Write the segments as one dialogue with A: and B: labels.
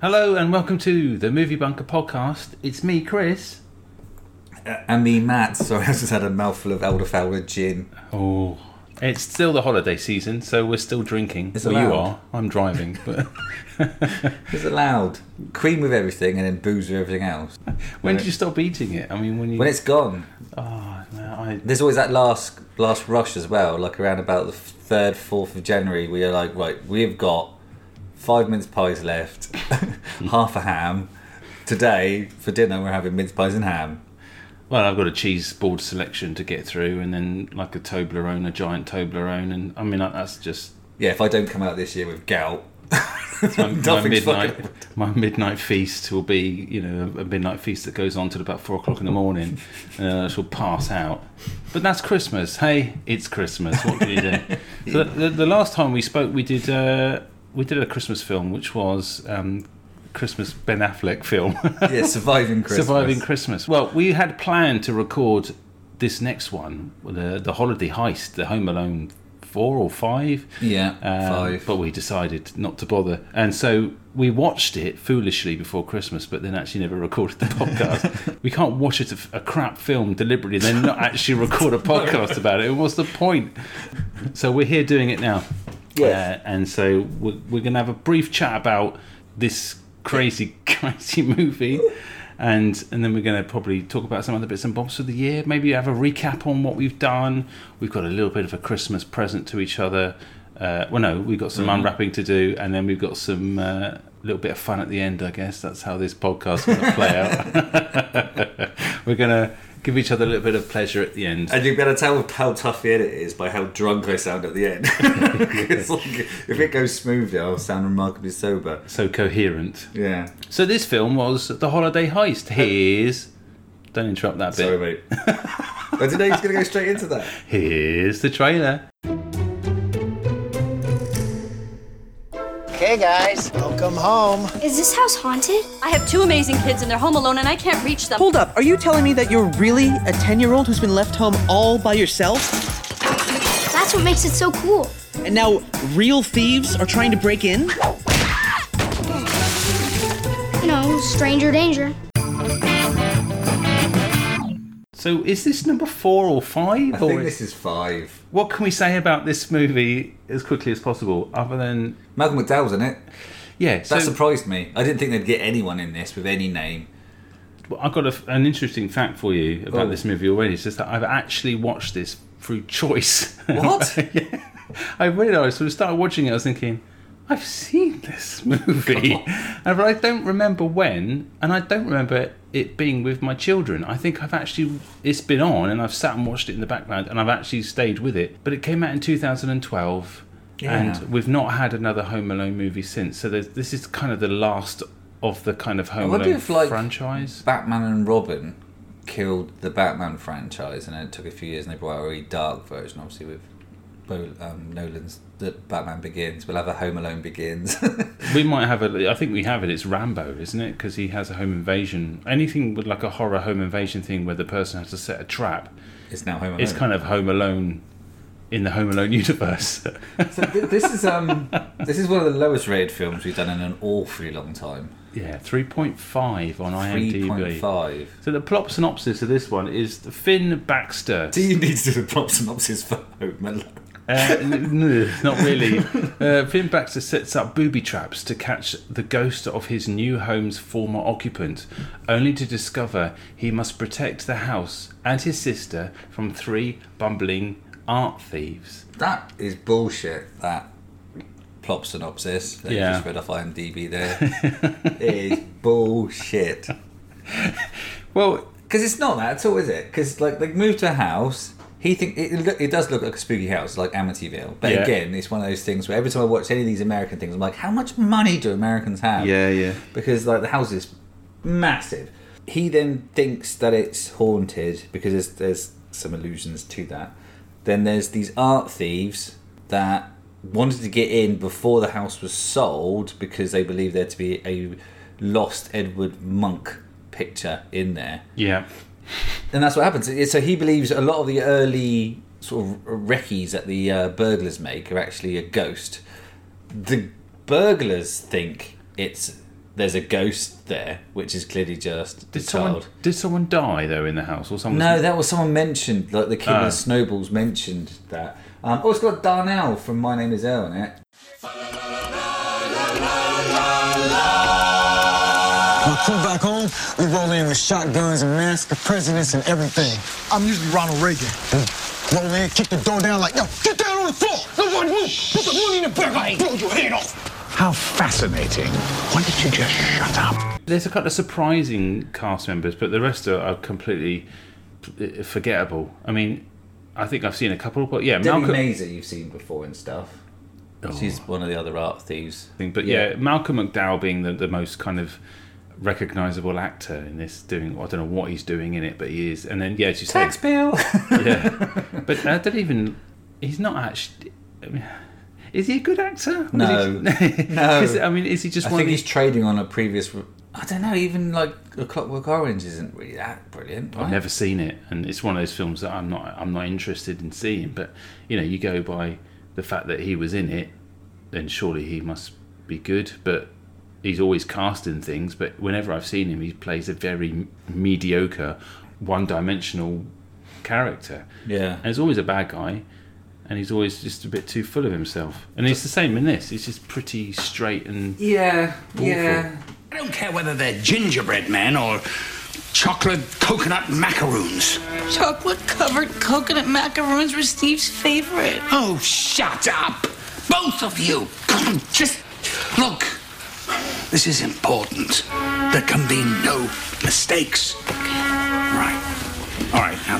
A: Hello and welcome to the Movie Bunker podcast. It's me, Chris.
B: And me, Matt. Sorry, I just had a mouthful of elderflower gin.
A: Oh, it's still the holiday season, so we're still drinking.
B: It's
A: well, you
B: allowed.
A: are. I'm driving, but
B: It's allowed. Cream with everything and then booze with everything else.
A: when did you stop eating it? I mean, when you
B: When it's gone,
A: oh, no, I,
B: there's always that last last rush as well. Like around about the third, fourth of January, we are like, right, we've got five mince pies left, half a ham. Today for dinner, we're having mince pies and ham.
A: well, I've got a cheese board selection to get through, and then like a Toblerone, a giant Toblerone, and I mean like, that's just
B: Yeah, if I don't come out this year with gout,
A: my, my
B: Nothing's
A: midnight.
B: fucking-
A: My midnight feast will be, you know, a midnight feast that goes on till about four o'clock in the morning, and I shall pass out. But that's Christmas. Hey, it's Christmas. What can you do? so the, the last time we spoke, we did uh, we did a Christmas film, which was um, Christmas Ben Affleck film.
B: yeah, surviving Christmas.
A: Surviving Christmas. Well, we had planned to record this next one, the the holiday heist, the Home Alone four or five.
B: Yeah,
A: Um,
B: five.
A: But we decided not to bother, and so we watched it foolishly before Christmas, but then actually never recorded the podcast. we can't watch it a, a crap film deliberately, and then not actually record a podcast about it. What's the point? So we're here doing it now.
B: Yes.
A: Uh, and so we're, we're going to have a brief chat about this crazy, crazy movie. And, and then we're going to probably talk about some other bits and bobs for the year. Maybe have a recap on what we've done. We've got a little bit of a Christmas present to each other. Uh, well, no, we've got some unwrapping to do, and then we've got some uh, little bit of fun at the end. I guess that's how this podcast going to play out. we're going to give each other a little bit of pleasure at the end.
B: And you better tell how tough the edit is by how drunk I sound at the end. 'Cause, like, if it goes smoothly, I'll sound remarkably sober.
A: So coherent.
B: Yeah.
A: So this film was The Holiday Heist. Here's don't interrupt that bit.
B: Sorry, mate. I didn't know he was going to go straight into that.
A: Here's the trailer.
C: Okay, guys.
D: Welcome home.
E: Is this house haunted?
F: I have two amazing kids and they're home alone and I can't reach them.
D: Hold up, are you telling me that you're really a 10 year old who's been left home all by yourself?
E: That's what makes it so cool.
D: And now real thieves are trying to break in?
E: You know, stranger danger.
A: So is this number four or five?
B: I
A: or
B: think this is five.
A: what can we say about this movie as quickly as possible? Other than
B: Malcolm McDowell's in it.
A: yeah,
B: That
A: so
B: surprised me. I didn't think they'd get anyone in this with any name.
A: I've got a, an interesting fact for you about
B: Oh.
A: this movie already. It's just that I've actually watched this through choice.
B: What?
A: yeah. I realised when I started watching it, I was thinking, I've seen this movie, and but I don't remember when, and I don't remember it being with my children. I think I've actually it's been on, and I've sat and watched it in the background, and I've actually stayed with it. But it came out in 2012,
B: Yeah.
A: and we've not had another Home Alone movie since. So there's, this is kind of the last of the kind of Home
B: wonder
A: Alone
B: if, like,
A: franchise.
B: Batman and Robin killed the Batman franchise, and then it took a few years, and they brought out a really dark version, obviously with Bo- um, Nolan's The Batman Begins. We'll have a Home Alone Begins.
A: We might have a. I think we have it. It's Rambo, isn't it? Because he has a home invasion. Anything with like a horror home invasion thing where the person has to set a trap.
B: it's now Home Alone.
A: It's kind of Home Alone in the Home Alone universe.
B: So th- this is um this is one of the lowest rated films we've done in an awfully long time.
A: yeah, three point five on
B: Three point
A: IMDb.
B: five.
A: So the plot synopsis of this one is Finn Baxter.
B: Do you need to do the plot synopsis for Home Alone?
A: Uh, n- n- not really. Uh, Finn Baxter sets up booby traps to catch the ghost of his new home's former occupant, only to discover he must protect the house and his sister from three bumbling art thieves.
B: That is bullshit. That plot synopsis. That
A: Yeah.
B: You just read off IMDb there. it is bullshit.
A: Well,
B: Because it's not that at all, is it? Because like they move to a house. He think it, it, look- it does look like a spooky house, like Amityville. But
A: Yeah.
B: again, it's one of those things where every time I watch any of these American things, I'm like, how much money do Americans have?
A: yeah.
B: because like the house is massive. He then thinks that it's haunted because there's, there's some allusions to that. Then there's these art thieves that wanted to get in before the house was sold because they believe there to be a lost Edward Monk picture in there.
A: Yeah.
B: and that's what happens. It- So he believes a lot of the early sort of recce's that the uh, burglars make are actually a ghost. The burglars think it's there's a ghost there, which is clearly just
A: Did
B: a
A: someone
B: child.
A: did someone die though in the house or someone?
B: No, that was someone mentioned. Like the kid
A: Oh.
B: with snowballs mentioned that. Um, oh, it's got Darnell from My Name Is Earl in it.
C: My crew back home, we roll in with shotguns and massacre presidents and everything. I'm usually Ronald Reagan. Roll in, kick the door down like, yo, get down on the floor! Nobody move! Put the money in the bag, I'll blow your head off!
G: How fascinating. Why don't you just shut up?
A: There's a couple of surprising cast members, but the rest are, are completely uh, forgettable. I mean, I think I've seen a couple, but yeah,
B: Debbie
A: Malcolm.
B: Mazer you've seen before and stuff. She's one of the other art thieves.
A: thing. But yeah, Malcolm McDowell being the, the most kind of recognizable actor in this, doing I don't know what he's doing in it, but he is. And then yeah, as you say,
B: Tax bill.
A: yeah. But I don't even. He's not actually. I mean, is he a good actor? Or
B: No.
A: is he-
B: No.
A: Is- I mean, is he just
B: I
A: one
B: think
A: of
B: he's
A: these?
B: trading on a previous. I don't know. Even like a Clockwork Orange isn't really that brilliant.
A: I've
B: right?
A: never seen it, and it's one of those films that I'm not. I'm not interested in seeing. But you know, you go by the fact that he was in it, then surely he must be good. But he's always cast in things. But whenever I've seen him, he plays a very m- mediocre, one-dimensional character.
B: Yeah.
A: and he's always a bad guy, and he's always just a bit too full of himself. And it's the same in this. It's just pretty straight and
B: Yeah. Yeah.
G: I don't care whether they're gingerbread men or chocolate coconut macaroons.
H: Chocolate covered coconut macaroons were Steve's favorite.
G: Oh, shut up! Both of you! Just look. This is important. There can be no mistakes. Right. All right, now,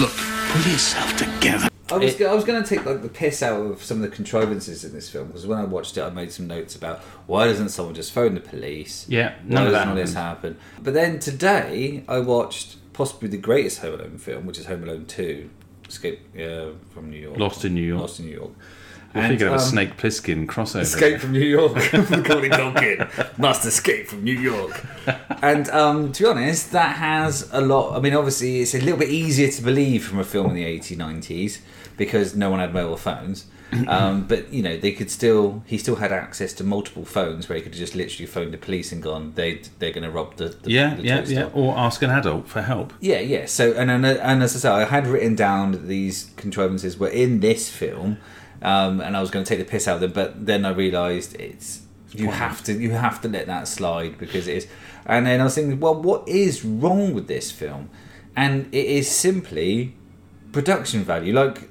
G: look, pull yourself together.
B: I was go- I was going to take like the piss out of some of the contrivances in this film because when I watched it, I made some notes about why doesn't someone just phone the police?
A: Yeah,
B: why
A: none of that
B: doesn't all this happen? But then today, I watched possibly the greatest Home Alone film, which is Home Alone Two, Escape uh, from New York,
A: Lost in New York.
B: Lost in New York.
A: I think
B: And,
A: of a
B: um,
A: Snake Plissken crossover.
B: Escape from New York. Macaulay Culkin must escape from New York. And um, to be honest, that has a lot. I mean, obviously, it's a little bit easier to believe from a film in the 80s, 90s because no one had mobile phones. Um, but you know, they could still. He still had access to multiple phones where he could have just literally phoned the police and gone, "They they're going to rob the, the
A: Yeah,
B: the toy
A: yeah, yeah.
B: store."
A: Or ask an adult for help.
B: Yeah, yeah. So and and, and as I said, I had written down that these contrivances were in this film, um, and I was going to take the piss out of them, but then I realised it's you have to you have to let that slide because it is. And then I was thinking, well, what is wrong with this film? And it is simply production value, like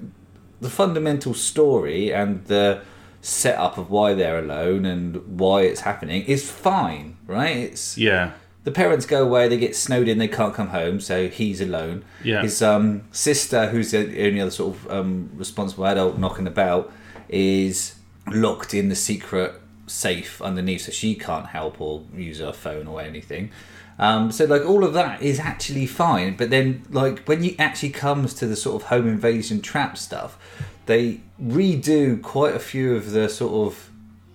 B: the fundamental story and the setup of why they're alone and why it's happening is fine, right? It's
A: Yeah.
B: the parents go away they get snowed in they can't come home so he's alone
A: Yeah.
B: his um, sister who's the only other sort of um, responsible adult knocking about is locked in the secret safe underneath so she can't help or use her phone or anything um, so like all of that is actually fine but then like when it actually comes to the sort of home invasion trap stuff they redo quite a few of the sort of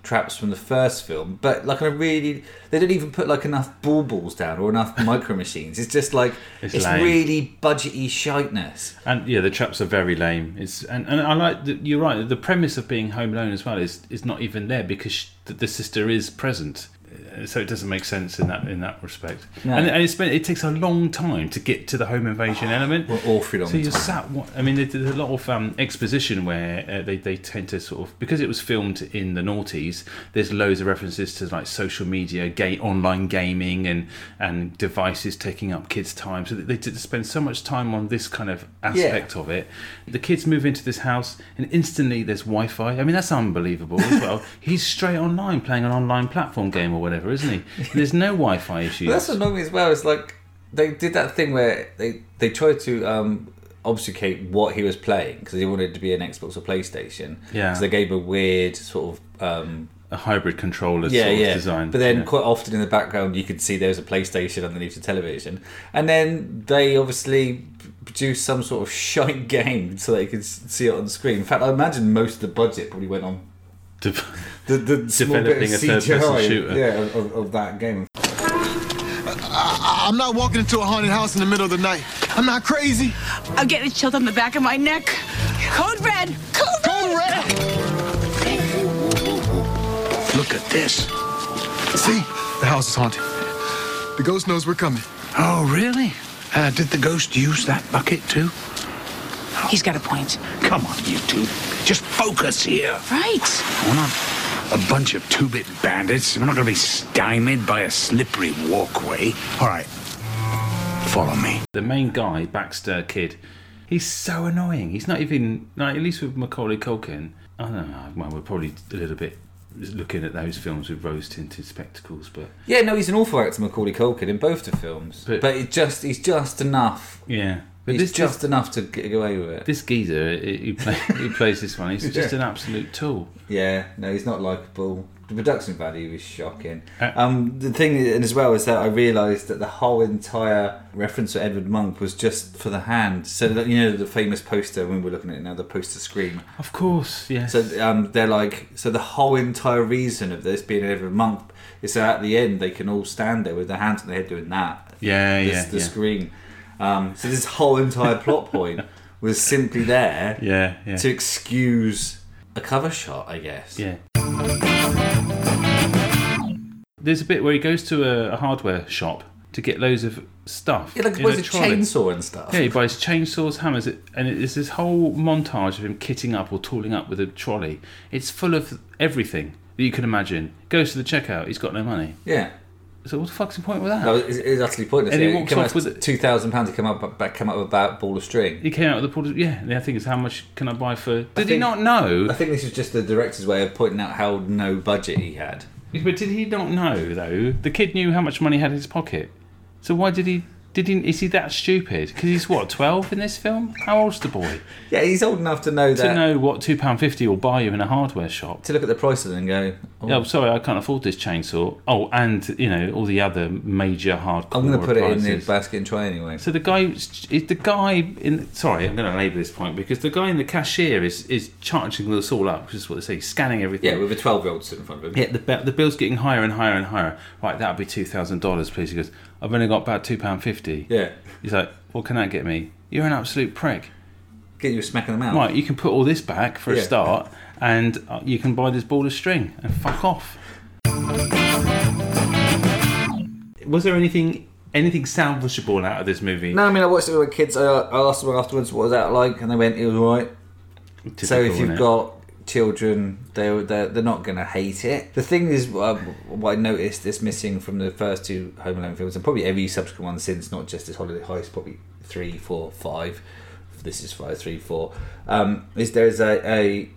B: traps from the first film, but like on a really, they don't even put like enough ball balls down or enough micro machines. It's just like it's,
A: It's lame.
B: really budgety shiteness.
A: And yeah, the traps are very lame. It's and, and I like that you're right. The premise of being home alone as well is is not even there because sh the, the sister is present, Uh, so it doesn't make sense in that in that respect. And, and it's been, it takes a long time to get to the home invasion element.
B: well, awfully long
A: So you're
B: time.
A: sat. wa- I mean, there's a lot of um, exposition where uh, they they tend to sort of because it was filmed in the noughties. There's loads of references to like social media, gay online gaming, and and devices taking up kids' time. So they did spend so much time on this kind of aspect of it. The kids move into this house, and instantly there's Wi-Fi. I mean, that's unbelievable as well. He's straight online playing an online platform game or whatever, isn't he? There's no Wi-Fi issues.
B: But that's what annoyed me as well. It's like they did that thing where they they tried to um, obfuscate what he was playing because he wanted to be an Xbox or PlayStation.
A: Yeah.
B: So they gave a weird sort of um,
A: a hybrid controller
B: yeah
A: sort of
B: yeah.
A: design.
B: But then
A: Yeah.
B: quite often in the background you could see there was a PlayStation underneath the television, and then they obviously produced some sort of shite game so they could s- see it on the screen. In fact, I imagine most of the budget probably went on the, the small bit of
A: Developing a third person
B: CGI,
A: shooter.
B: yeah, of, of- of that game.
C: I'm not walking into a haunted house in the middle of the night. I'm not crazy.
H: I'm getting a chill down the back of my neck. Code red! Code red!
C: Go red.
G: Look at this.
C: See, the house is haunted. The ghost knows we're coming.
G: Oh, really? Uh, did the ghost use that bucket too?
H: He's got a point.
G: Come on, you two. Just focus here.
H: Right.
G: We're not a bunch of two-bit bandits. We're not going to be stymied by a slippery walkway. All right, follow me.
A: the main guy, Baxter Kid, he's so annoying. He's not even like at least with Macaulay Culkin. I don't know. Well, we're probably a little bit looking at those films with rose-tinted spectacles, but
B: Yeah, no, he's an awful actor, Macaulay Culkin, in both the films.
A: But-
B: But, it just he's just enough.
A: yeah. But
B: he's just enough to get away with it.
A: this geezer who, play, who plays this one, he's just an absolute tool.
B: Yeah, no, he's not likable. The production value is shocking.
A: Uh,
B: um, the thing is- and as well is that I realised that the whole entire reference to Edward Monk was just for the hand. So that you know the famous poster when we're looking at it now, the poster scream.
A: Of course, yes.
B: So um, they're like, so the whole entire reason of this being Edward Monk is that at the end they can all stand there with their hands on their head doing that.
A: yeah,
B: This-
A: yeah,
B: the
A: yeah.
B: scream. Um, so this whole entire plot point was simply there
A: yeah, yeah,
B: to excuse a cover shot, I guess.
A: yeah. There's a bit where he goes to a, a hardware shop to get loads of stuff.
B: Yeah, like
A: in
B: was
A: a
B: a
A: trolley.
B: chainsaw and stuff.
A: Yeah, he buys chainsaws, hammers, it- and it's this whole montage of him kitting up or tooling up with a trolley. It's full of everything that you can imagine. Goes to the checkout, he's got no money.
B: Yeah.
A: So what the fuck's the point with that?
B: No, it's, it's utterly pointless.
A: And he
B: Yeah,
A: walks
B: came
A: off
B: out
A: with it.
B: two thousand pounds to come up, back come up with about ball of string.
A: He came out with the portal. Yeah, the other thing is, how much can I buy for? Did he
B: think-
A: not know?
B: I think this is just the director's way of pointing out how no budget he had.
A: But did he not know though? The kid knew how much money he had in his pocket. So why did he? Did he? Is he that stupid? Because he's what twelve in this film? How old's the boy
B: Yeah, he's old enough to know that
A: to know what two pound fifty will buy you in a hardware shop?
B: to look at the price of it and go, oh,
A: Oh, sorry, I can't afford this chainsaw. Oh, and you know all the other major hardcore.
B: I'm going to put it in the
A: appliances.
B: basket and try anyway.
A: So the guy, is the guy in. Sorry, I'm going to labour this point because the guy in the cashier is is charging us all up. Which is what they say, scanning everything.
B: Yeah, with a 12 year old sitting in front of him.
A: Yeah, the be- the bill's getting higher and higher and higher. Right, that'll be two thousand dollars, please. He goes, I've only got about two pound fifty.
B: Yeah.
A: He's like, what can that get me? You're an absolute prick.
B: Get you a smack in the mouth.
A: Right, you can put all this back for a
B: Yeah.
A: start, and uh, you can buy this ball of string and fuck off. Was there anything anything salvageable out of this movie?
B: No, I mean, I watched it with my kids. I, I asked them afterwards, what was that like? And they went, it was alright. So if
A: Typical,
B: you've
A: innit?
B: got children, they're, they're, they're not going to hate it. The thing is, uh, what I noticed is missing from the first two Home Alone films, and probably every subsequent one since, not just this Holiday Heist, probably three, four, five. This is five, three, four. Um, is there's a, a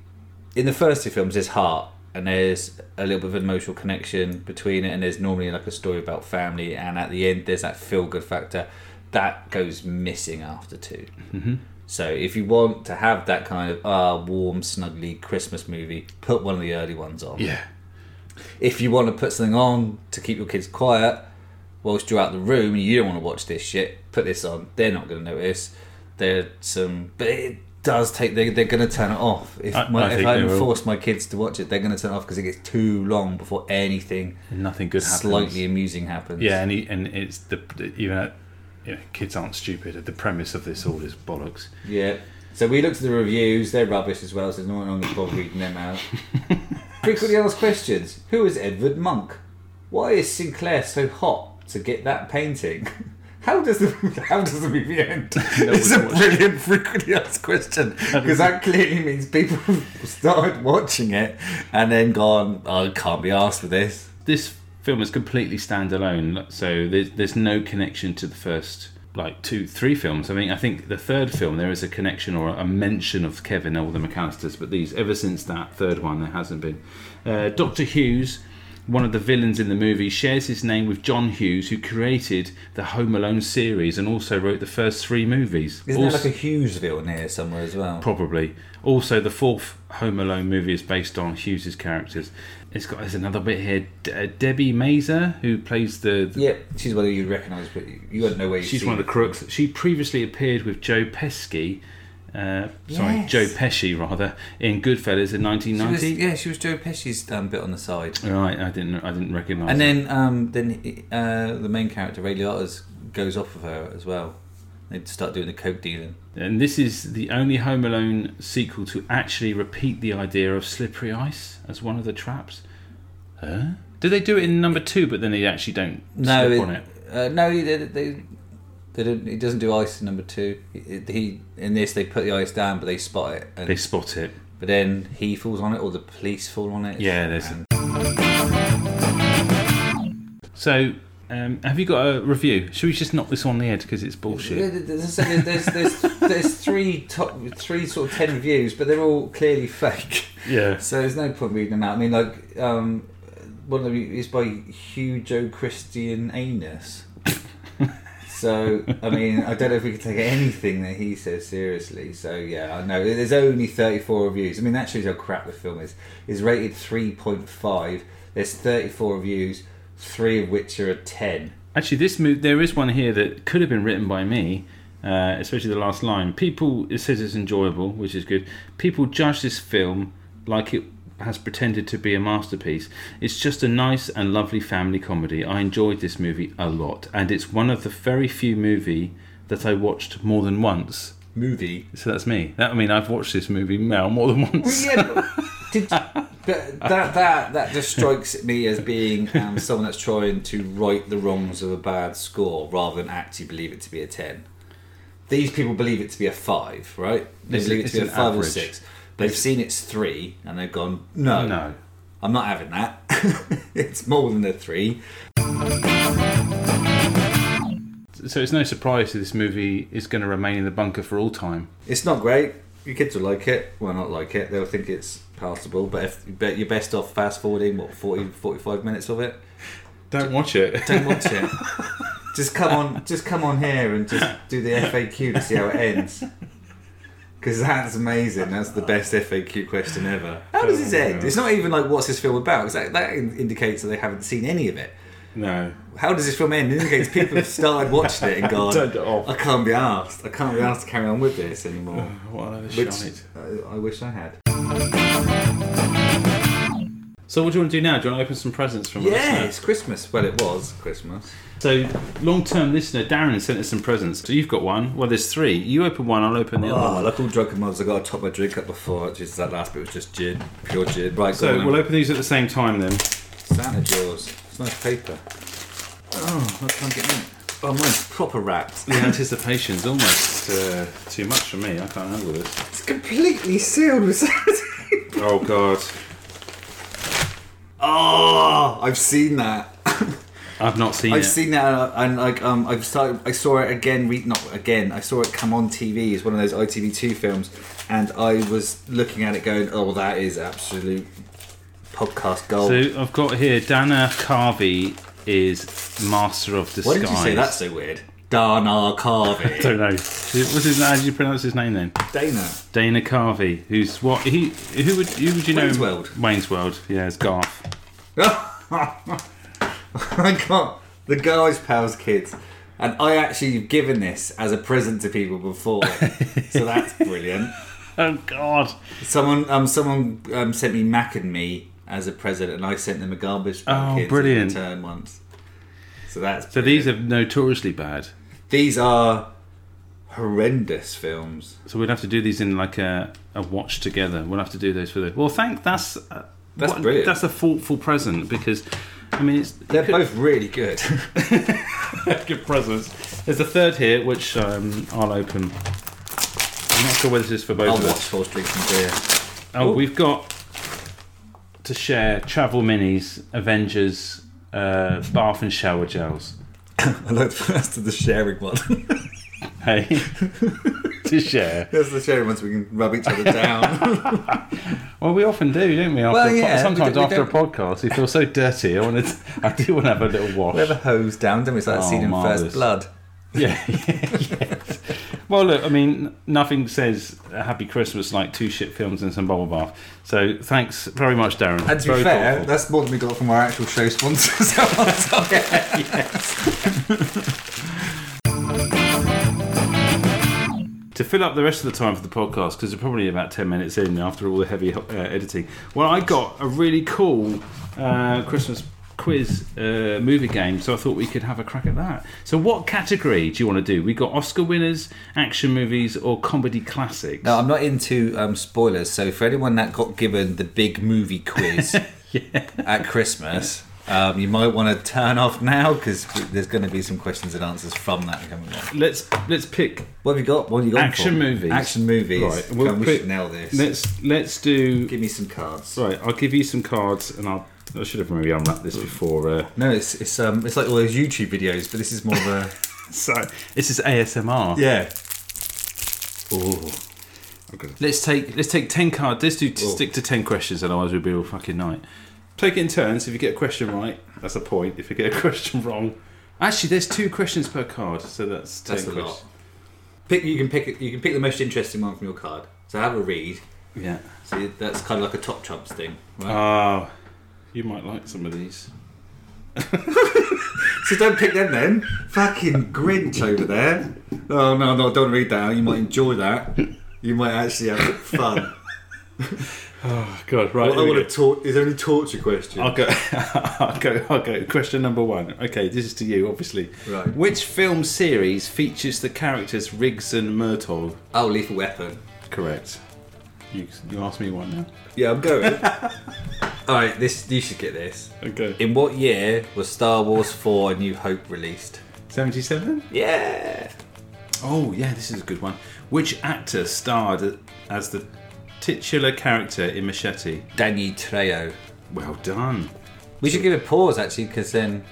B: in the first two films there's heart and there's a little bit of an emotional connection between it and there's normally like a story about family and at the end there's that feel good factor that goes missing after 2 so if you want to have that kind of ah warm snuggly christmas movie put one of the early ones on
A: Yeah.
B: if you want to put something on to keep your kids quiet whilst you're out the room and you don't want to watch this shit, put this on. They're not going to notice. They're some, but it does take. They, they're going to turn it off. If
A: I-
B: I,
A: I
B: my,
A: think
B: if I
A: they will.
B: force my kids to watch it, they're going to turn it off because it gets too long before anything
A: Nothing good happens.
B: slightly amusing happens.
A: Yeah, and he, and it's the even at, you know, kids aren't stupid. The premise of this all is bollocks.
B: yeah. So we looked at the reviews. They're rubbish as well. So no one to bother reading them out. Frequently asked questions: Who is Edward Monk? Why is Sinclair so hot to get that painting? How does the how does the movie end? it's a brilliant frequently asked question because that clearly means people have started watching it and then gone, "Oh, I can't be asked for this.
A: This film is completely standalone, so there's there's no connection to the first like two three films. I mean, I think the third film there is a connection or a mention of Kevin or the McAllisters, but these ever since that third one there hasn't been. Uh, Doctor Hughes. One of the villains in the movie shares his name with John Hughes, who created the Home Alone series and also wrote the first three movies.
B: Isn't
A: Also-
B: there like a Hughesville in here somewhere as well?
A: probably. Also, the fourth Home Alone movie is based on Hughes's characters. It's got there's another bit here. De- uh, Debbie Mazer, who plays the, the-
B: yeah, she's one you recognise, but you, you don't know where you.
A: she's one of the crooks. She previously appeared with Joe Pesci. Uh, sorry,
B: Yes.
A: Joe Pesci rather in Goodfellas in
B: She was,
A: 1990.
B: yeah, she was Joe Pesci's um, bit on the side.
A: Right, I didn't, I didn't recognise.
B: And
A: her.
B: then, um, then uh, the main character Ray Liotta's goes off of her as well. They'd start doing the coke dealing.
A: And this is the only Home Alone sequel to actually repeat the idea of slippery ice as one of the traps. Huh? Did they do it in number two, but then they actually don't
B: No,
A: slip
B: it,
A: on it?
B: Uh, no, they, they, they didn't, he doesn't do ice in number two. He, he in this they put the ice down, but they spot it. And,
A: They spot it.
B: but then he falls on it, or the police fall on it.
A: Yeah, there's. So, um, have you got a review? Should we just knock this on the head because it's
B: Yeah,
A: bullshit?
B: th- th- as I said, There's, there's, there's, there's three top, three sort of ten reviews, but they're all clearly fake.
A: Yeah.
B: So there's no point reading them out. I mean, like um, one of them is by Hugo Christian Anus. so I mean, I don't know if we can take anything that he says seriously. So yeah, I know there's only 34 reviews. I mean, that shows how crap the film is. It's rated 3.5. There's 34 reviews, three of which are a 10.
A: Actually, this move there is one here that could have been written by me, uh, especially the last line. People, it says it's enjoyable, which is good. People judge this film like it has pretended to be a masterpiece. It's just a nice and lovely family comedy. I enjoyed this movie a lot, and it's one of the very few movie that I watched more than once.
B: Movie.
A: So that's me. That, I mean, I've watched this movie now more than once.
B: Yeah, but, did, but that that that just strikes me as being um, someone that's trying to right the wrongs of a bad score rather than actually believe it to be a ten. These people believe it to be a five, right? They
A: It's-
B: believe it to be a
A: it's an
B: five or
A: average.
B: six. They've seen it's three and they've gone, no,
A: No.
B: I'm not having that. it's more than a three.
A: So it's no surprise that this movie is going to remain in the bunker for all time.
B: It's not great. Your kids will like it. Well, not like it. They'll think it's passable. But if but you're best off fast forwarding what 40, 45 minutes of it.
A: Don't watch it.
B: Don't watch it. just come on, just come on here and just do the FAQ to see how it ends. Because that's amazing. That's the best FAQ question ever. How does this end? It's not even like what's this film about. 'cause that, that in- indicates that they haven't seen any of it.
A: No.
B: How does this film end? It indicates people have started watching it and gone.
A: Turned it off.
B: I can't be asked. I can't be asked to carry on with this anymore.
A: What a
B: Which
A: shite.
B: uh, I wish I had.
A: So what do you want to do now? Do you want to open some presents from us?
B: Yeah, it's Christmas. Well, it was Christmas.
A: So long-term listener Darren sent us some presents. So you've got one. Well, there's three. You open one. I'll open the other.
B: Oh,
A: one.
B: like all drunken mobs, I got to top my drink up before. Just that last bit was just gin, pure gin. Right, go on
A: So
B: then.
A: we'll open these at the same time then.
B: Santa Jaws. It's nice paper. Oh, I can't get in. Oh, mine's proper wrapped.
A: The anticipation's almost uh, too much for me. I can't handle this.
B: It's completely sealed with
A: Oh God.
B: Oh, I've seen that.
A: I've not seen
B: I've
A: it.
B: seen that, uh, and like, um, I've started. I saw it again. Re- not again. I saw it come on TV. It's one of those ITV two films, and I was looking at it, going, "Oh, that is absolute podcast gold."
A: so I've got here Dana Carvey is master of disguise.
B: Why did you say that so weird? Dana
A: I
B: Carvey.
A: don't know. What's his? How do you pronounce his name then?
B: Dana.
A: Dana Carvey, who's what? He who would who would you know?
B: Wayne's World.
A: Wayne's World. Yeah, it's Garth.
B: I got the Guy's Pals kids. And I actually have given this as a present to people before. so that's brilliant.
A: Oh God.
B: Someone um, someone um, sent me Mac and Me as a present, and I sent them a garbage Pail
A: Oh,
B: kids
A: brilliant.
B: in return once. So that's
A: So these are notoriously bad.
B: these are horrendous films.
A: So we'd have to do these in like a, a watch together. We'll have to do those for the. Well, thank. That's uh,
B: That's brilliant.
A: That's a thoughtful present because, I mean, it's
B: They're
A: good-
B: both really good.
A: good presents. There's a third here which um, I'll open. I'm not sure whether this is for both
B: I'll
A: of
B: watch
A: us.
B: Horse Drinking Beer.
A: Oh, we've got to share travel minis, Avengers, uh, bath and shower gels.
B: I like the first of the sharing one.
A: Hey, to share.
B: That's the sharing one so we can rub each other down.
A: Well, we often do, don't we? After
B: Well,
A: a po-
B: yeah, we
A: sometimes
B: do- we
A: after a
B: do.
A: podcast, you feel so dirty. I want to. I do want to have a little wash.
B: We have a hose down, don't we? It's like that
A: Oh,
B: scene in
A: marvellous.
B: First Blood.
A: Yeah. yes. Well, look, I mean, nothing says a happy Christmas like two shit films and some bubble bath. So thanks very much, Darren.
B: And to
A: Very
B: be fair,
A: thoughtful.
B: that's more than we got from our actual show sponsors.
A: to fill up the rest of the time for the podcast, because we're probably about 10 minutes in after all the heavy uh, editing, well, I got a really cool uh, Christmas quiz uh, movie game, so I thought we could have a crack at that. So, what category do you want to do? We got Oscar winners, action movies, or comedy classics.
B: No, I'm not into um, spoilers. So for anyone that got given the big movie quiz at Christmas, um, you might want to turn off now because there's going to be some questions and answers from that coming up.
A: Let's let's pick
B: What have you got? What have you got?
A: action movies.
B: Action movies.
A: Right,
B: Come,
A: we'll
B: we
A: pick-
B: should nail this.
A: Let's let's do
B: Give me some cards.
A: Right, I'll give you some cards, and I'll. I should have maybe unwrapped this before. Uh,
B: No, it's it's um it's like all those YouTube videos, but this is more of a
A: so this is ASMR.
B: yeah.
A: Let's take let's take ten cards. Let's do
B: Oh.
A: stick to ten questions, otherwise we'll be all fucking night. Take it in turns. If you get a question right, that's a point. If you get a question wrong, actually, there's two questions per card, so that's ten
B: That's a lot.
A: questions.
B: Pick you can pick you can pick the most interesting one from your card. So have a read.
A: Yeah.
B: So that's kind of like a top trumps thing. Right?
A: Oh, you might like some of these.
B: So don't pick them then. Fucking Grinch over there. Oh no, no, don't read that. You might enjoy that. You might actually have fun.
A: God, right.
B: What I want to talk is only torture question.
A: I'll go. I'll go. I'll go. Question number one. Okay, this is to you, obviously.
B: Right.
A: Which film series features the characters Riggs and Murtaugh?
B: Oh, lethal weapon.
A: Correct. You, you asked me one now.
B: Yeah, I'm going. All right, this you should get this.
A: Okay.
B: In what year was Star Wars 4: A New Hope released?
A: Seventy-seven.
B: Yeah.
A: Oh yeah, this is a good one. Which actor starred as the titular character in Machete?
B: Danny Trejo.
A: Well done.
B: We should give it a pause actually, because then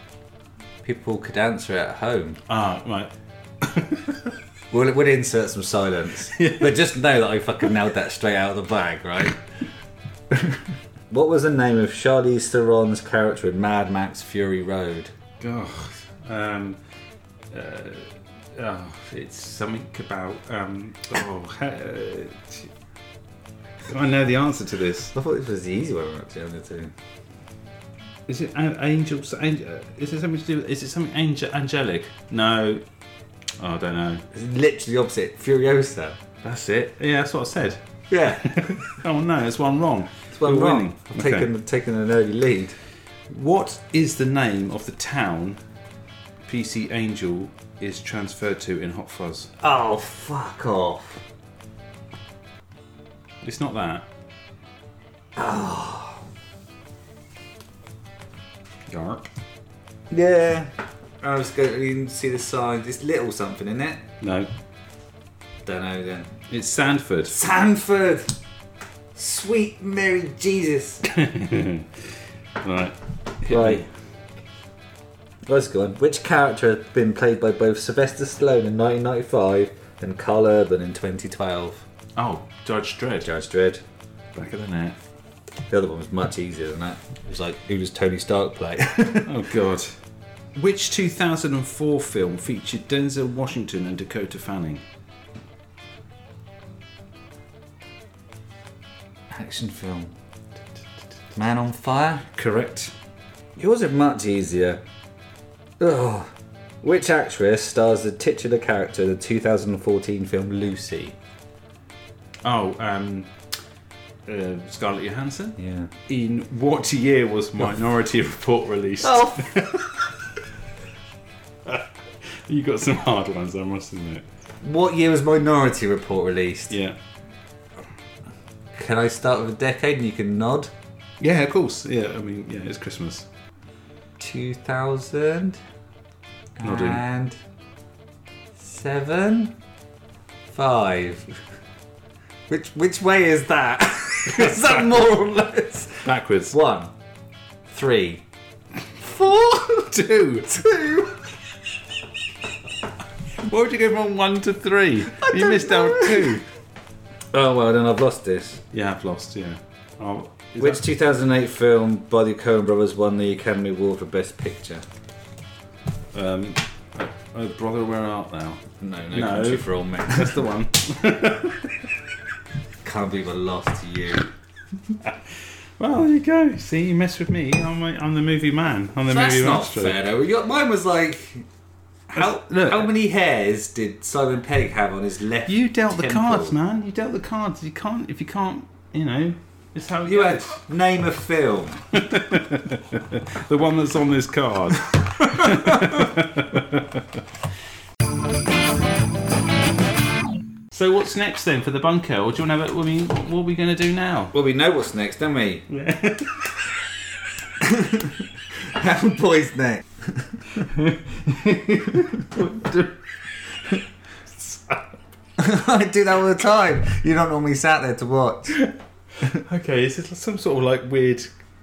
B: people could answer it at home.
A: Ah, right.
B: We'll, we'll insert some silence. But just know that I fucking nailed that straight out of the bag, right? what was the name of Charlize Theron's character in Mad Max Fury Road?
A: God. Um. Uh, oh, it's something about. Um. Oh. Uh, I know the answer to this.
B: I thought this was the easy one actually. I'm gonna do.
A: Is it an- angels? Angel, uh, is it something to do? With, is it something angel, angelic? No. Oh, I don't know.
B: It's literally opposite. Furiosa.
A: That's it. Yeah, that's what I said.
B: Yeah.
A: Oh no, it's one wrong. It's
B: well, I'm wrong. I've taken, taken an early lead.
A: What is the name of the town PC Angel is transferred to in Hot Fuzz?
B: Oh, fuck off.
A: It's not that. Yarp.
B: Yeah. I was going to even see the sign. It's little something, in it?
A: No,
B: Don't know then.
A: it's Sanford.
B: Sanford! Sweet Mary Jesus!
A: Right.
B: Right. Let's go on. Which character had been played by both Sylvester Stallone in 1995 and Carl Urban in 2012?
A: Oh, Judge Dredd.
B: Judge Dredd.
A: Back of the net.
B: The other one was much easier than that. It was like, who does Tony Stark play?
A: Oh God. Which 2004 film featured Denzel Washington and Dakota Fanning?
B: Action film. Man on Fire?
A: Correct.
B: Yours are much easier. Ugh. Which actress stars the titular character in the 2014 film Lucy?
A: Oh, um, uh, Scarlett Johansson.
B: Yeah.
A: In what year was Minority Report released?
B: Oh,
A: You got some hard ones, I must admit.
B: What year was Minority Report released?
A: Yeah.
B: Can I start with a decade and you can nod?
A: Yeah, of course. Yeah, I mean, yeah, it's Christmas.
B: 2000
A: Nodding.
B: and seven, five. Which which way is that? is that more or less?
A: Backwards.
B: One, three, four,
A: Two.
B: two.
A: Why would you go from one to three? you missed out two.
B: Oh well, then I've lost this.
A: Yeah, I've lost. Yeah. Oh, is
B: Which
A: that-
B: 2008 film by the Coen Brothers won the Academy Award for Best Picture?
A: Um, oh, oh, brother, where art thou?
B: No,
A: No. Country for
B: all men.
A: That's the one.
B: Can't believe I lost to you.
A: Well, there you go. See, you mess with me. I'm, like- I'm the movie man. I'm the
B: That's
A: movie
B: not
A: master.
B: fair though. Your- Mine was like, how
A: Look.
B: how many hairs did Simon Pegg have on his left?
A: You dealt the
B: temple?
A: cards, man. You dealt the cards. You can't if you can't. You know, It's how it
B: You had
A: goes.
B: name a film.
A: the one that's on this card. so what's next then for the bunker? Or do you want to? Have a, I mean, what are we going to do now?
B: Well, we know what's next, don't we? Yeah. Have a boy's next. I do that all the time. You're not normally sat there to watch.
A: Okay, is it some sort of like weird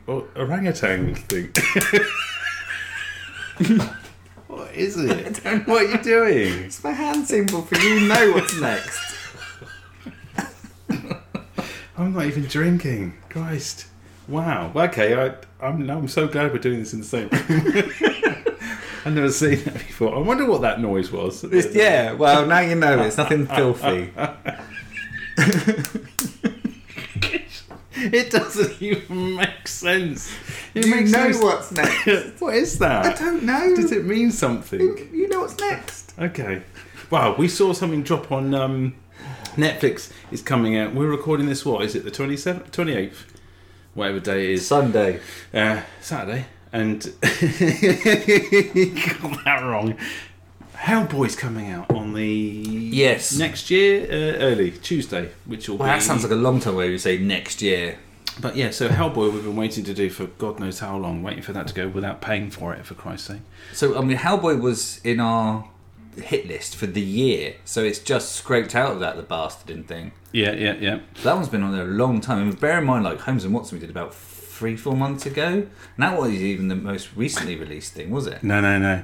A: orangutan thing? what is it? What are you doing?
B: It's my hand symbol for you know what's next.
A: I'm not even drinking. Christ. Wow. Okay, I, I'm, I'm so glad we're doing this in the same room. I've never seen that before. I wonder what that noise was.
B: It's- yeah, well, now you know it's nothing filthy.
A: It doesn't even make sense. It
B: You
A: makes
B: know
A: no
B: what's next.
A: sense. what is that?
B: I don't know.
A: Does it mean something?
B: You know what's next.
A: Okay. Wow, we saw something drop on um, Netflix. It's coming out. We're recording this, what is it, the 27th, 28th? Whatever day it is.
B: Sunday.
A: Uh, Saturday. And. Got that wrong. Hellboy's coming out on the.
B: Yes.
A: Next year, uh, early, Tuesday, which will
B: Well,
A: be.
B: that sounds like a long time away. You say next year.
A: But yeah, so Hellboy we've been waiting to do for God knows how long, waiting for that to go without paying for it, for Christ's sake.
B: So I mean, Hellboy was in our hit list for the year, so it's just scraped out of that the bastarding thing.
A: Yeah, yeah, yeah.
B: That one's been on there a long time. And bear in mind, like Holmes and Watson, we did about three, four months ago. And that was even the most recently released thing, was it?
A: No, no, no.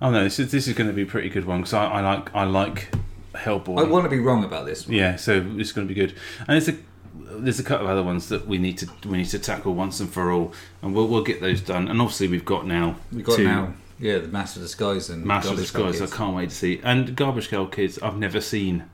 A: Oh no, this is this is going to be a pretty good one because I, I like I like Hellboy.
B: I want to be wrong about this. One.
A: yeah, so it's going to be good. And it's a there's a couple of other ones that we need to we need to tackle once and for all, and we'll we'll get those done. And obviously we've got now
B: We got
A: two
B: now, yeah, the Master of Disguise and
A: Master of
B: Garbage Pail
A: Disguise. I
B: Kids.
A: can't wait to see. And Garbage Pail Kids, I've never seen,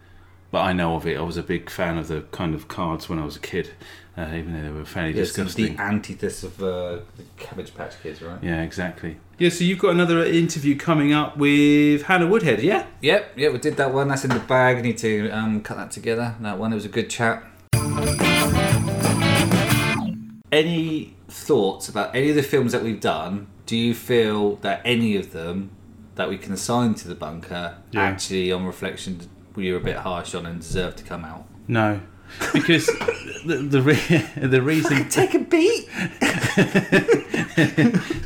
A: but I know of it. I was a big fan of the kind of cards when I was a kid, uh, even though they were fairly
B: It's
A: disgusting.
B: the antithesis of uh, the Cabbage Patch Kids, right?
A: Yeah, exactly. Yeah, so you've got another interview coming up with Hannah Woodhead, yeah?
B: Yep, yep, we did that one. That's in the bag. Need to um, cut that together. That one. It was a good chat. Any thoughts about any of the films that we've done? Do you feel that any of them that we can assign to the bunker
A: Yeah.
B: actually, on reflection, we were a bit harsh on and deserve to come out?
A: No. Because the the, re- the reason
B: Take a beat.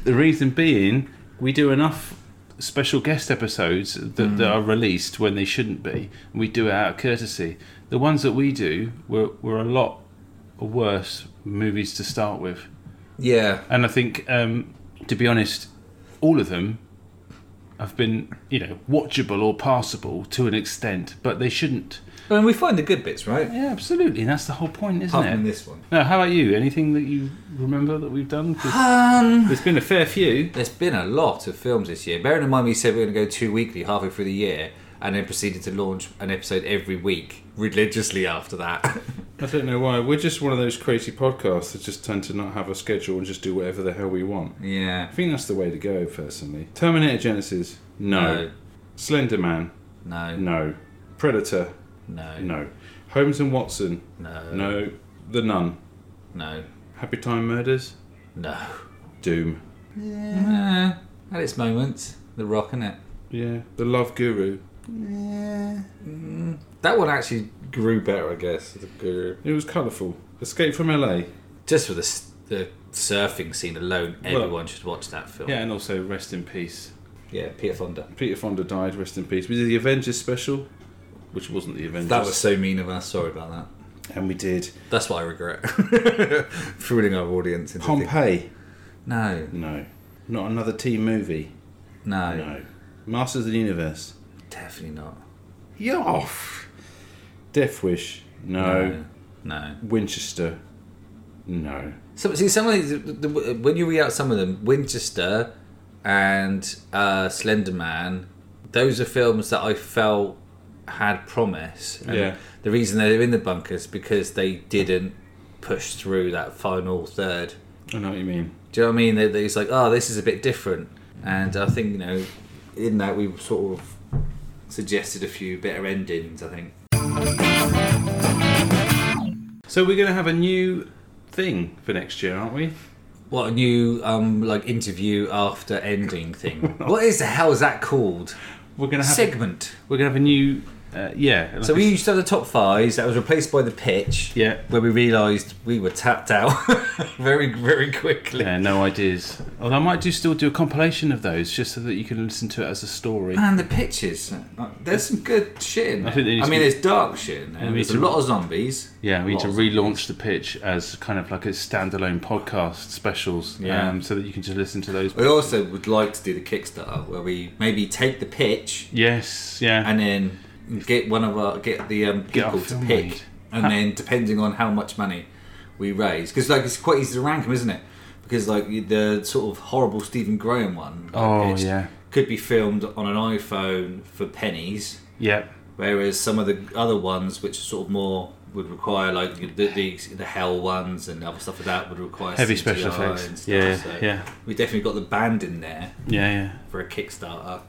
A: the reason being we do enough special guest episodes that, that are released when they shouldn't be. We do it out of courtesy. The ones that we do were were a lot worse movies to start with.
B: Yeah,
A: And I think, um, to be honest, all of them have been, you know, watchable or passable to an extent, but they shouldn't.
B: I mean, we find the good bits, right?
A: Yeah, absolutely. And that's the whole point, isn't
B: Apart from
A: it?
B: this one.
A: No, how about you? Anything that you remember that we've done? 'Cause
B: Um,
A: there's been a fair few.
B: There's been a lot of films this year. Bearing in mind we said we are going to go two weekly halfway through the year, and then proceeded to launch an episode every week religiously after that.
A: I don't know why. We're just one of those crazy podcasts that just tend to not have a schedule and just do whatever the hell we want.
B: yeah.
A: I think that's the way to go, personally. Terminator Genesis?
B: No.
A: Slender Man?
B: No.
A: No. Predator?
B: No.
A: No. Holmes and Watson?
B: No.
A: No, The Nun.
B: No.
A: Happy Time Murders.
B: No.
A: Doom.
B: Nah. At its moment, The Rock, innit?
A: Yeah. The Love Guru.
B: That one actually grew better, I guess. The Guru.
A: It was colourful. Escape from LA.
B: Just for the, s- the surfing scene alone,
A: Well-
B: everyone should watch that film.
A: Yeah, and also Rest in Peace.
B: Yeah, Peter Fonda.
A: Peter Fonda died. Rest in peace. We did the Avengers special, which wasn't the Avengers.
B: That was so mean of us. Sorry about that.
A: and we did
B: That's what I regret. Fooling our audience into thinking-
A: Pompeii.
B: No.
A: No, not another team movie.
B: No.
A: No. Masters of the Universe.
B: Definitely not.
A: Yoff. Death Wish. No.
B: No.
A: Winchester. No.
B: So, see, some of these, the, the, when you read out some of them, Winchester and uh, Slender Man, those are films that I felt had promise. And
A: Yeah.
B: The reason they're in the bunker is because they didn't push through that final third.
A: I know what you mean.
B: Do you know what I mean? They, they, it's like, oh, this is a bit different. And I think, you know, in that we sort of suggested a few better endings, I think.
A: So we're going to have a new thing for next year, aren't we?
B: What a new um like interview after ending thing. what is the hell is that called?
A: We're gonna have
B: Segment.
A: we're gonna have a new uh, yeah. like
B: So
A: a-
B: we used to have the top fives. That was replaced by the pitch.
A: Yeah.
B: Where we realised we were tapped out very very quickly.
A: yeah, no ideas. Although I might do still do a compilation of those just so that you can listen to it as a story.
B: Man, the pitches. Like, There's some good shit in there. I,
A: think they need to
B: mean,
A: be-
B: there's dark shit in there.
A: need
B: There's a
A: to-
B: lot of zombies.
A: Yeah, we need to
B: Lot of
A: relaunch the pitch as kind of like a standalone podcast specials,
B: Yeah.
A: um, so that you can just listen to those.
B: I also would like to do the Kickstarter where we maybe take the pitch
A: Yes, yeah,
B: and then get one of our get the um,
A: Get our
B: people to
A: film
B: pick,
A: made.
B: and then depending on how much money we raise, because like it's quite easy to rank them, isn't it? Because like you- the sort of horrible Stephen Graham one, like,
A: Oh,
B: it's-
A: yeah.
B: could be filmed on an iPhone for pennies,
A: yeah.
B: whereas some of the other ones, which are sort of more would require like the the, the hell ones and other stuff like that would require
A: Heavy
B: CGI
A: special effects.
B: and stuff,
A: Yeah,
B: so
A: yeah.
B: We definitely got the band in there
A: Yeah, yeah,
B: for a Kickstarter.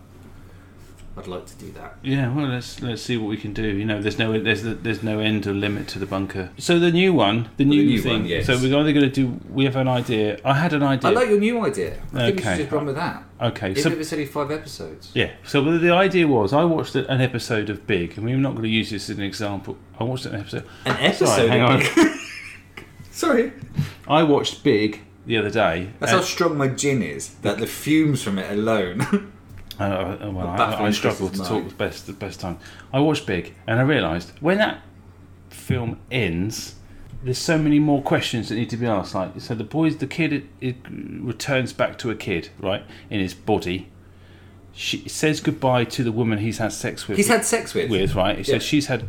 B: I'd like to do that.
A: yeah. Well, let's let's see what we can do. You know, there's no there's there's no end or limit to the bunker. So the new one, the new,
B: new
A: thing.
B: one, yes.
A: So we're either going to do. We have an idea. I had an idea.
B: I like your new idea. I think we
A: Okay.
B: should just run with that.
A: okay,
B: Even
A: so
B: if it's only five episodes.
A: Yeah. So the- the idea was, I watched an episode of Big, and we're not going to use this as an example. I watched an episode.
B: An episode
A: Sorry, hang
B: of
A: on.
B: Sorry.
A: I watched Big the other day.
B: That's how strong my gin is. That the fumes from it alone.
A: Uh, uh, well, I,
B: baffling
A: I struggle to
B: Chris's
A: talk
B: mind.
A: the best the best time. I watched Big, and I realised when that film ends, there's so many more questions that need to be asked. Like, so the boys, the kid, it, it returns back to a kid, right, in his body. She says goodbye to the woman he's had sex with.
B: He's had sex with.
A: with, right? So
B: Yeah.
A: she's had,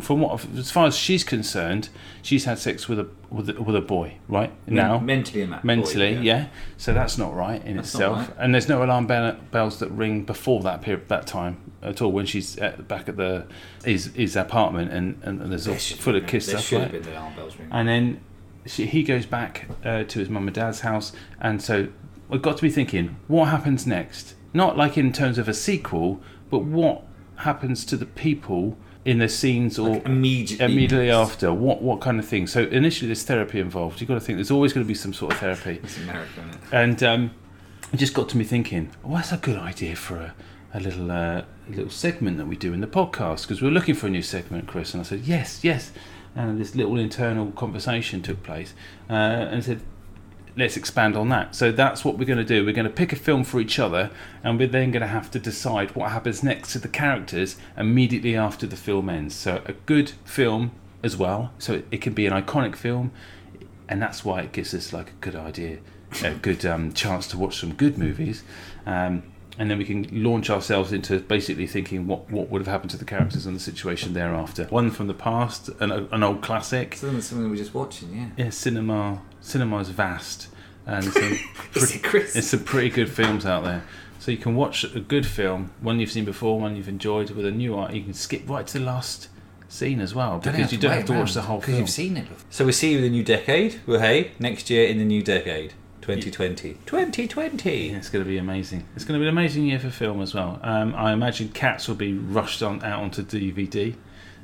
A: from what as far as she's concerned, she's had sex with a with a, with a boy, right? now
B: mentally and that boy,
A: mentally,
B: yeah.
A: yeah. So that's not right in
B: That's not
A: itself,
B: right.
A: and there's no alarm bell, bells that ring before that period, that time at all. When she's at, back at the his his apartment, and and, and there's all
B: should
A: full of
B: have
A: kiss
B: been- there
A: stuff,
B: should
A: right?
B: have been the alarm bells ringing.
A: and then she, he goes back uh, to his mum and dad's house and so i got to be thinking what happens next not like in terms of a sequel but what happens to the people in the scenes or
B: immediately.
A: immediately after what what kind of thing so initially there's therapy involved you've got to think there's always going to be some sort of therapy
B: It's America, isn't it?
A: and um, it just got to me thinking, well, that's a good idea for a, a little uh, little segment that we do in the podcast because we were looking for a new segment, Chris. And I said, yes, yes. And this little internal conversation took place, uh, and I said, let's expand on that. So that's what we're going to do. We're going to pick a film for each other, and we're then going to have to decide what happens next to the characters immediately after the film ends. So a good film as well. So it, it can be an iconic film, and that's why it gives us like a good idea, a good um, chance to watch some good movies. Um, and then we can launch ourselves into basically thinking what, what would have happened to the characters and the situation thereafter. One from the past, an, an old classic.
B: Something something we we're just watching, yeah.
A: Yeah, cinema cinema's vast, and some
B: Is
A: pre-
B: it Chris?
A: there's some pretty good films out there. So you can watch a good film, one you've seen before, one you've enjoyed, with a new art. You can skip right to the last scene as well because you don't have to watch the whole
B: Because
A: film.
B: you've seen it before. So we see you in the new decade. Well, hey, next year in the new decade. 2020. 2020!
A: Yeah, it's going to be amazing. It's going to be an amazing year for film as well. Um, I imagine Cats will be rushed on out onto DVD.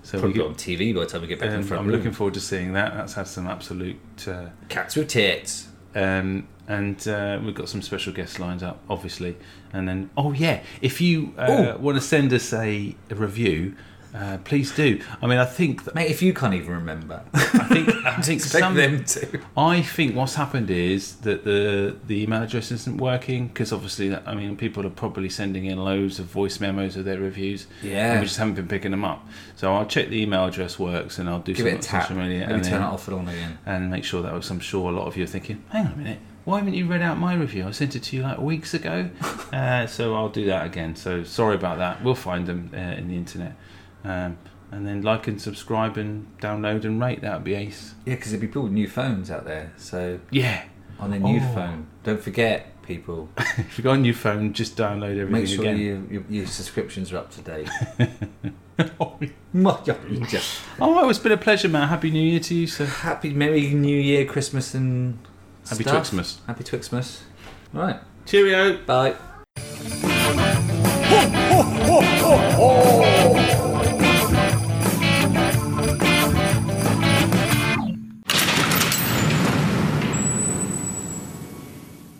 A: So we
B: Probably
A: get,
B: got on TV by the time we get back in
A: um,
B: front
A: I'm looking forward to seeing that. That's had some absolute. Uh,
B: Cats with tits.
A: um, and uh, we've got some special guests lined up, obviously. And then, oh yeah, if you uh, want to send us a, a review, uh, please do. I mean, I think that,
B: Mate, if you can't even remember,
A: I think I think
B: expect
A: some,
B: them to.
A: I think what's happened is that the the email address isn't working because obviously, that, I mean, people are probably sending in loads of voice memos of their reviews.
B: Yeah.
A: and we just haven't been picking them up. So I'll check the email address works, and I'll do
B: Give
A: some
B: it a
A: on
B: tap.
A: social media.
B: Maybe
A: and
B: turn it
A: then-
B: off and on again.
A: and make sure that was. I'm sure a lot of you are thinking, hang on a minute, why haven't you read out my review? I sent it to you like weeks ago. uh, so I'll do that again. So sorry about that. We'll find them uh, in the internet. Um, and then like and subscribe and download and rate. That would be ace.
B: Yeah, because there'd be people with new phones out there. So
A: Yeah.
B: on their new
A: Oh.
B: phone, don't forget, people,
A: If you got a new phone, just download everything
B: make sure
A: again.
B: you, your, your subscriptions are up to date. My God, just-
A: Oh, well, it's been a pleasure, Matt. Happy New Year to you, sir.
B: Happy Merry New Year, Christmas, and
A: Happy
B: stuff.
A: Twixmas.
B: Happy Twixmas. Right,
A: Cheerio.
B: bye.